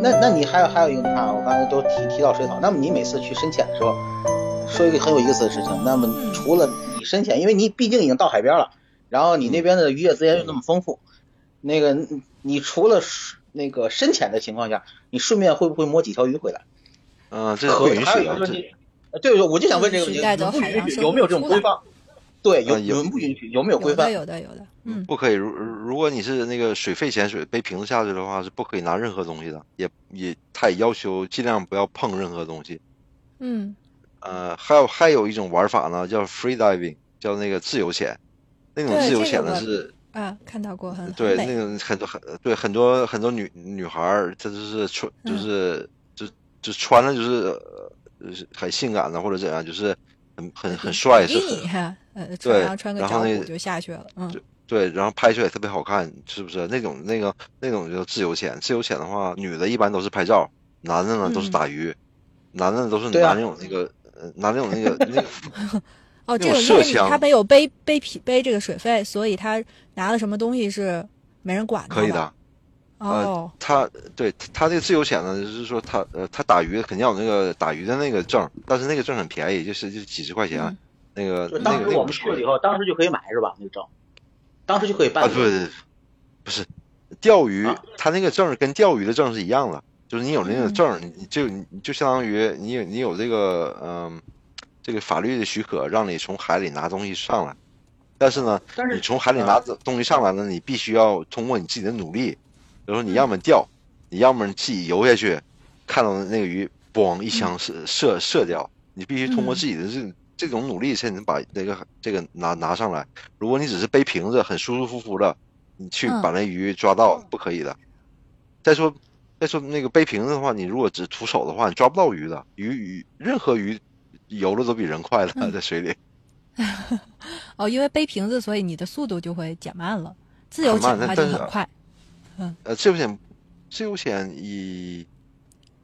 那那你还有还有一个，你看啊我刚才都提提到水草，那么你每次去深潜的时候，说一个很有意思的事情，那么嗯除了你深潜，因为你毕竟已经到海边了，然后你那边的渔业资源又那么丰富，那个你你除了水那个深潜的情况下，你顺便会不会摸几条鱼回来？嗯，这个不允还许有啊一个，问这题，呃对，我就想问这个问取题，代的允不海洋允许生有没有物这种出规来范？对，有啊有允不允许？有没有规有的范？有的有的，嗯，不可以。如如果你是那个水肺潜水背瓶子下去的话，是不可以拿任何东西的，也也他也要求尽量不要碰任何东西。嗯，呃，还有还有一种玩法呢，叫 free diving，叫那个自由潜。那种对自由这个潜呢我是，啊，看到过，很对很美那种很多很对很多很多女女孩儿，她就是穿就嗯是、就就穿的就是呃就是很性感的或者怎样，就是很很很帅，比是基尼很哈，呃，对穿上穿个然后脚那蹼就下去了，嗯，对，然后拍出来也特别好看，是不是？那种那个那种叫自由潜，自由潜的话，女的一般都是拍照，男的呢都是嗯打鱼，男的都是对啊男人有那个呃男人有那个 那个哦，这那种种因为麝你香他没有背背皮背这个水费，所以他拿了什么东西是没人管他可以的。呃哦，他对他他这个自由潜呢，就是说他呃他打鱼肯定要有那个打鱼的那个证，但是那个证很便宜，就是就几十块钱，嗯那个就那当个时那个我不们是去了以后，当时就可以买是吧？那个证，当时就可以啊，办。不是不是钓鱼啊，他那个证跟钓鱼的证是一样的，就是你有那个嗯证，你就你就相当于你有你有这个嗯这个法律的许可，让你从海里拿东西上来，但是呢，但你是从海里啊拿东西上来呢，你必须要通过你自己的努力，比如嗯说你要么钓，你要么你自己游下去，看到那个鱼，咣一枪射射射掉，你必须通过嗯自己的这这种努力才能把这个这个拿拿上来。如果你只是背瓶子，很舒舒服服的，你去嗯把那鱼抓到，不可以的。再说再说那个背瓶子的话，你如果只徒手的话，你抓不到鱼的，鱼鱼任何鱼游的都比人快的，嗯在水里。哦，因为背瓶子，所以你的速度就会减慢了。自由很慢潜的话但就但是很快，呃，自由潜，自由潜以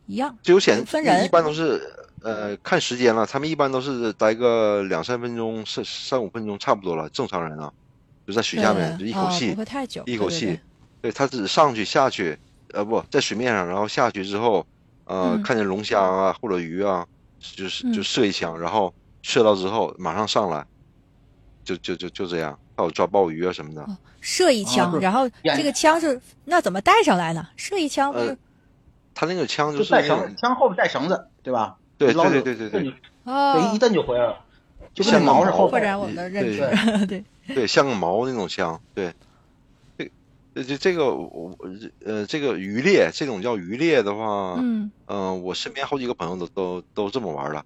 一样。自由潜分一人一般都是呃看时间了，他们一般都是待个两三分钟、三三五分钟差不多了。正常人啊，就在水对下面就一口哦气，不会太久，一口对气对对，对他只上去下去，呃不在水面上，然后下去之后，呃、嗯看见龙虾啊或者鱼啊，就是就嗯射一枪，然后射到之后马上上来，就就就就这样。还有抓鲍鱼啊什么的，哦射一啊枪，对然后眼这个枪是那怎么带上来呢？射一枪不呃是他那个枪就就是带那绳子种，枪后面带绳子，对吧？对捞对着对对对对，哦一，蹬就回来了，就跟那像个毛似的。毛后扩边展我们的认对知，对， 对，像个毛那种枪，对，这呃这这这个我我呃这个渔猎这种叫渔猎的话，嗯、嗯，我身边好几个朋友都都都这么玩的。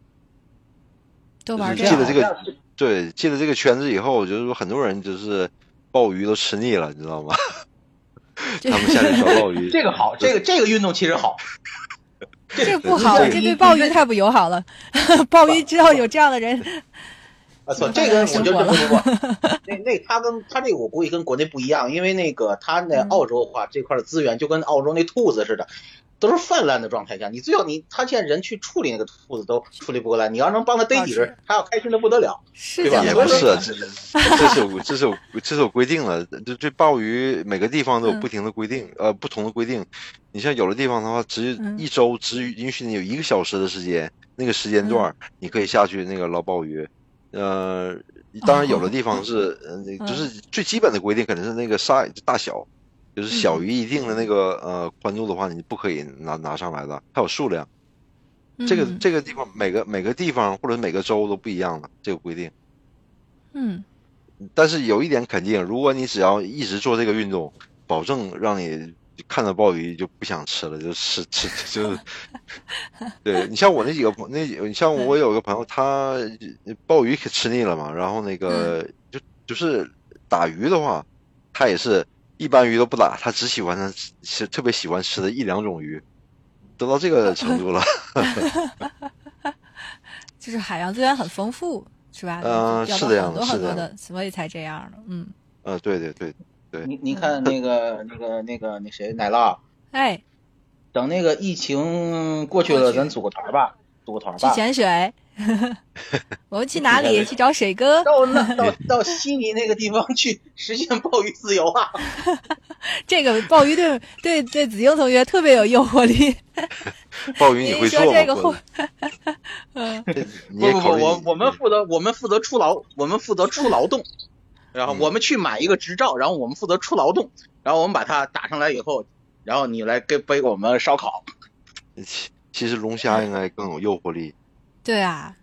都就玩是这记样得了。这啊个，对，进了这个圈子以后，就是说很多人就是鲍鱼都吃腻了，你知道吗？ 这他们下去抓鲍 鱼，这个好，这个这个运动其实好，这不好，对这对鲍鱼太不友好了。 鲍鱼知道有这样的人，啊，错，怎么这个我觉生得活不不 不，那那他跟他这个我估计跟国内不一样，因为那个他那嗯澳洲的话，这块的资源就跟澳洲那兔子似的，都是泛滥的状态下，你最后你他现在人去处理那个兔子都处理不过来，你要能帮他逮几倒只是，他要开心的不得了。是对这吧样也的不我是，说这 这是有这是有这是有规定的，这这鲍鱼每个地方都有嗯不停的规定，呃，不同的规定。你像有的地方的话，只嗯一周只允许你有一个小时的时间，那个时间段儿嗯你可以下去那个捞鲍鱼。呃，当然有的地方哦是，呃那嗯就是最基本的规定可能是那个 size 大小，就是嗯小于一定的那个呃宽度的话，你不可以拿拿上来的，还有数量。这个嗯这个地方每个每个地方或者每个州都不一样的这个规定。嗯，但是有一点肯定，如果你只要一直做这个运动，保证让你看到鲍鱼就不想吃了，就吃吃就是。 对你像我那几个朋那几你像我有个朋友，他鲍鱼可吃腻了嘛，然后那个、嗯就就是打鱼的话，他也是一般鱼都不打，他只喜欢他吃特别喜欢吃的一两种鱼，都到这个 程度了。就是海洋资源很丰富，是吧？嗯要是到这很样多的是很多这的，所以才这样的。嗯，呃，对对对，你你看那个那个那个那谁奶酪，哎，等那个疫情过去了，过去咱组个团吧，组个团去吧。潜水， 我们去哪里？去找水哥，到 那到到悉尼那个地方去实现鲍鱼自由啊！这个鲍鱼对对对子英同学特别有诱惑力。鲍鱼您 你一会说做这个会吗？，嗯，这你不也不不，考虑我我们负责我们负责出劳，我们负责出劳动，然后我们去买一个执照，然后我们负责出劳动，然后我们把它打上来以后，然后你来给背给我们烧烤。其其实龙虾应该更有诱惑力。对啊，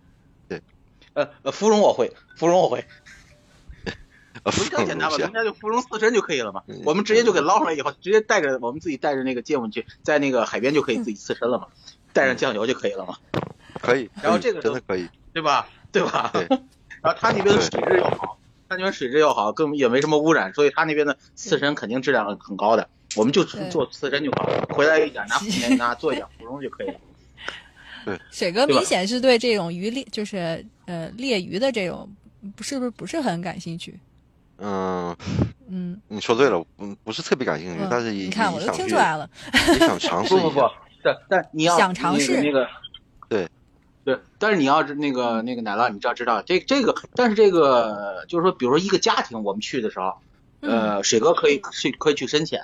呃呃，芙蓉我会，芙蓉我会，啊，龙虾简单 吧，龙虾龙虾就芙蓉刺身就可以了嘛嗯。我们直接就给捞上来以后，直接带着我们自己带着那个芥末去，在那个海边就可以自己刺身了嘛，带上酱油就可以了嘛，可以，然后可以这个真就的可以，对吧？ 对吧对？然后他那边的水质又好，他那边水质又好，更也没什么污染，所以他那边的刺身肯定质量很高的。我们就对做刺身就好了，回来一点拿拿拿做一点芙蓉就可以了。水哥对吧明显是对这种鱼猎，就是呃猎鱼的这种，不是不是不是很感兴趣？嗯，嗯，你说对了，嗯，不是特别感兴趣，嗯但是也你看我也都想听去出来了，也想尝试 不一不下。不，但但你要想尝试那个那个对对，但是你要是那嗯个那个奶酪，你知道知道这这个，但是这个就是说，比如说一个家庭，我们去的时候，嗯呃，水哥可以去可以去深潜，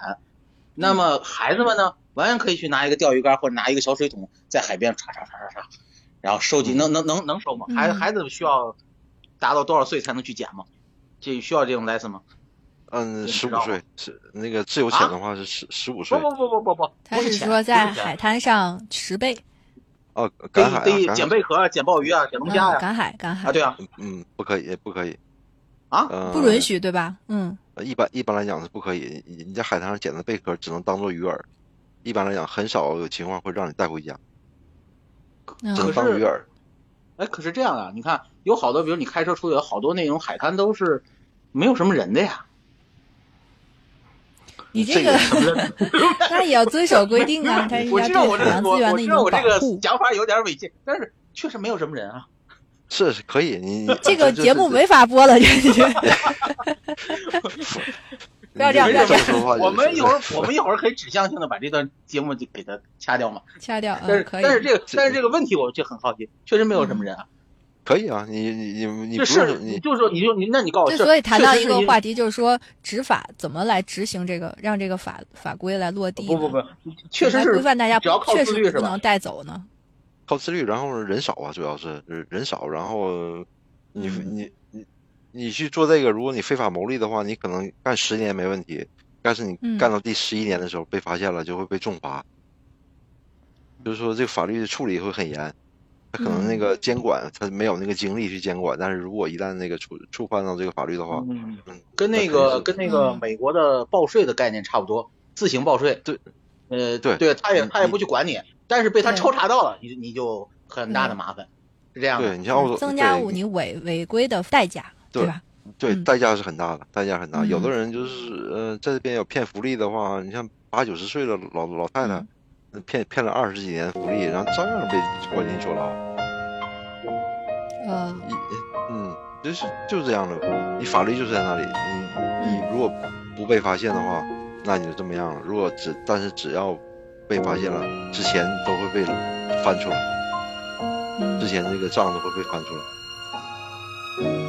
那么孩子们呢，完全可以去拿一个钓鱼竿或者拿一个小水桶，在海边唰唰唰唰唰，然后收嗯集，能能能能收吗？孩子嗯孩子需要达到多少岁才能去捡吗？这需要这种 license 吗？嗯，不十知五道岁是那个自由啊潜的话是十十五岁不不不不不不，他不是捡说在不是捡海滩上拾贝，哦，赶海得啊，得赶捡海，贝壳啊、捡鲍鱼啊、捡龙虾嗯呀赶海赶海啊，对啊嗯，不可以，不可以，啊，嗯，不允。许对吧？嗯，一般一般来讲是不可以，你你在海滩上捡的贝壳只能当做鱼饵，一般来讲很少有情况会让你带回家，嗯只可是能当鱼饵。哎，可是这样啊，你看有好多，比如你开车出去，有好多那种海滩都是没有什么人的呀。你这这个个 那也要遵守规定啊，它是我要知道我对这海洋个我资源我的一知种道我这保个护。想法有点违禁，但是确实没有什么人啊。是是可以，你这个节目没法播了， 这是。不要这样不要这样啊我们一会儿我们一会儿可以指向性的把这段节目就给它掐掉嘛。掐掉，但嗯，是可以但。是这个但是这个问题我就很好奇，确实没有什么人啊。可以啊，你你你你这不事儿用你就是说你就你那你告诉我对，事儿，所以谈到一个话题，题，就是说执法怎么来执行这个，让这个法法规来落地呢。不不不，确实来是规范大家，只要靠确自律实是不能吧？带走呢。靠自律，然后人少啊，主要是人人少，然后你嗯你你你去做这个，如果你非法牟利的话，你可能干十年没问题，但是你嗯干到第十一年的时候被发现了，就会被重罚。嗯就是说，这个法律的处理会很严，他可能那个监管他没有那个精力去监管，但是如果一旦那个触触犯到这个法律的话，嗯，嗯，跟那肯定个是跟那个嗯美国的报税的概念差不多，自行报税。对，呃，对对，他也嗯他也不去管你，但是被他对抽查到了，你你就很大的麻烦，是这样对，的。你像澳洲增加对物你违违规的代价，对吧？对，嗯代价是很大的，代价很大。有的嗯人就是，呃，在这边有骗福利的话，你像八九十岁的老老太太嗯，那骗骗了二十几年福利，然后照样被关进坐牢。呃，一，嗯，就是就是这样的，你法律就是在那里，你嗯你如果不被发现的话，那你就这么样了。如果只但是只要被发现了，之前都会被翻出来，嗯之前这个账都会被翻出来。嗯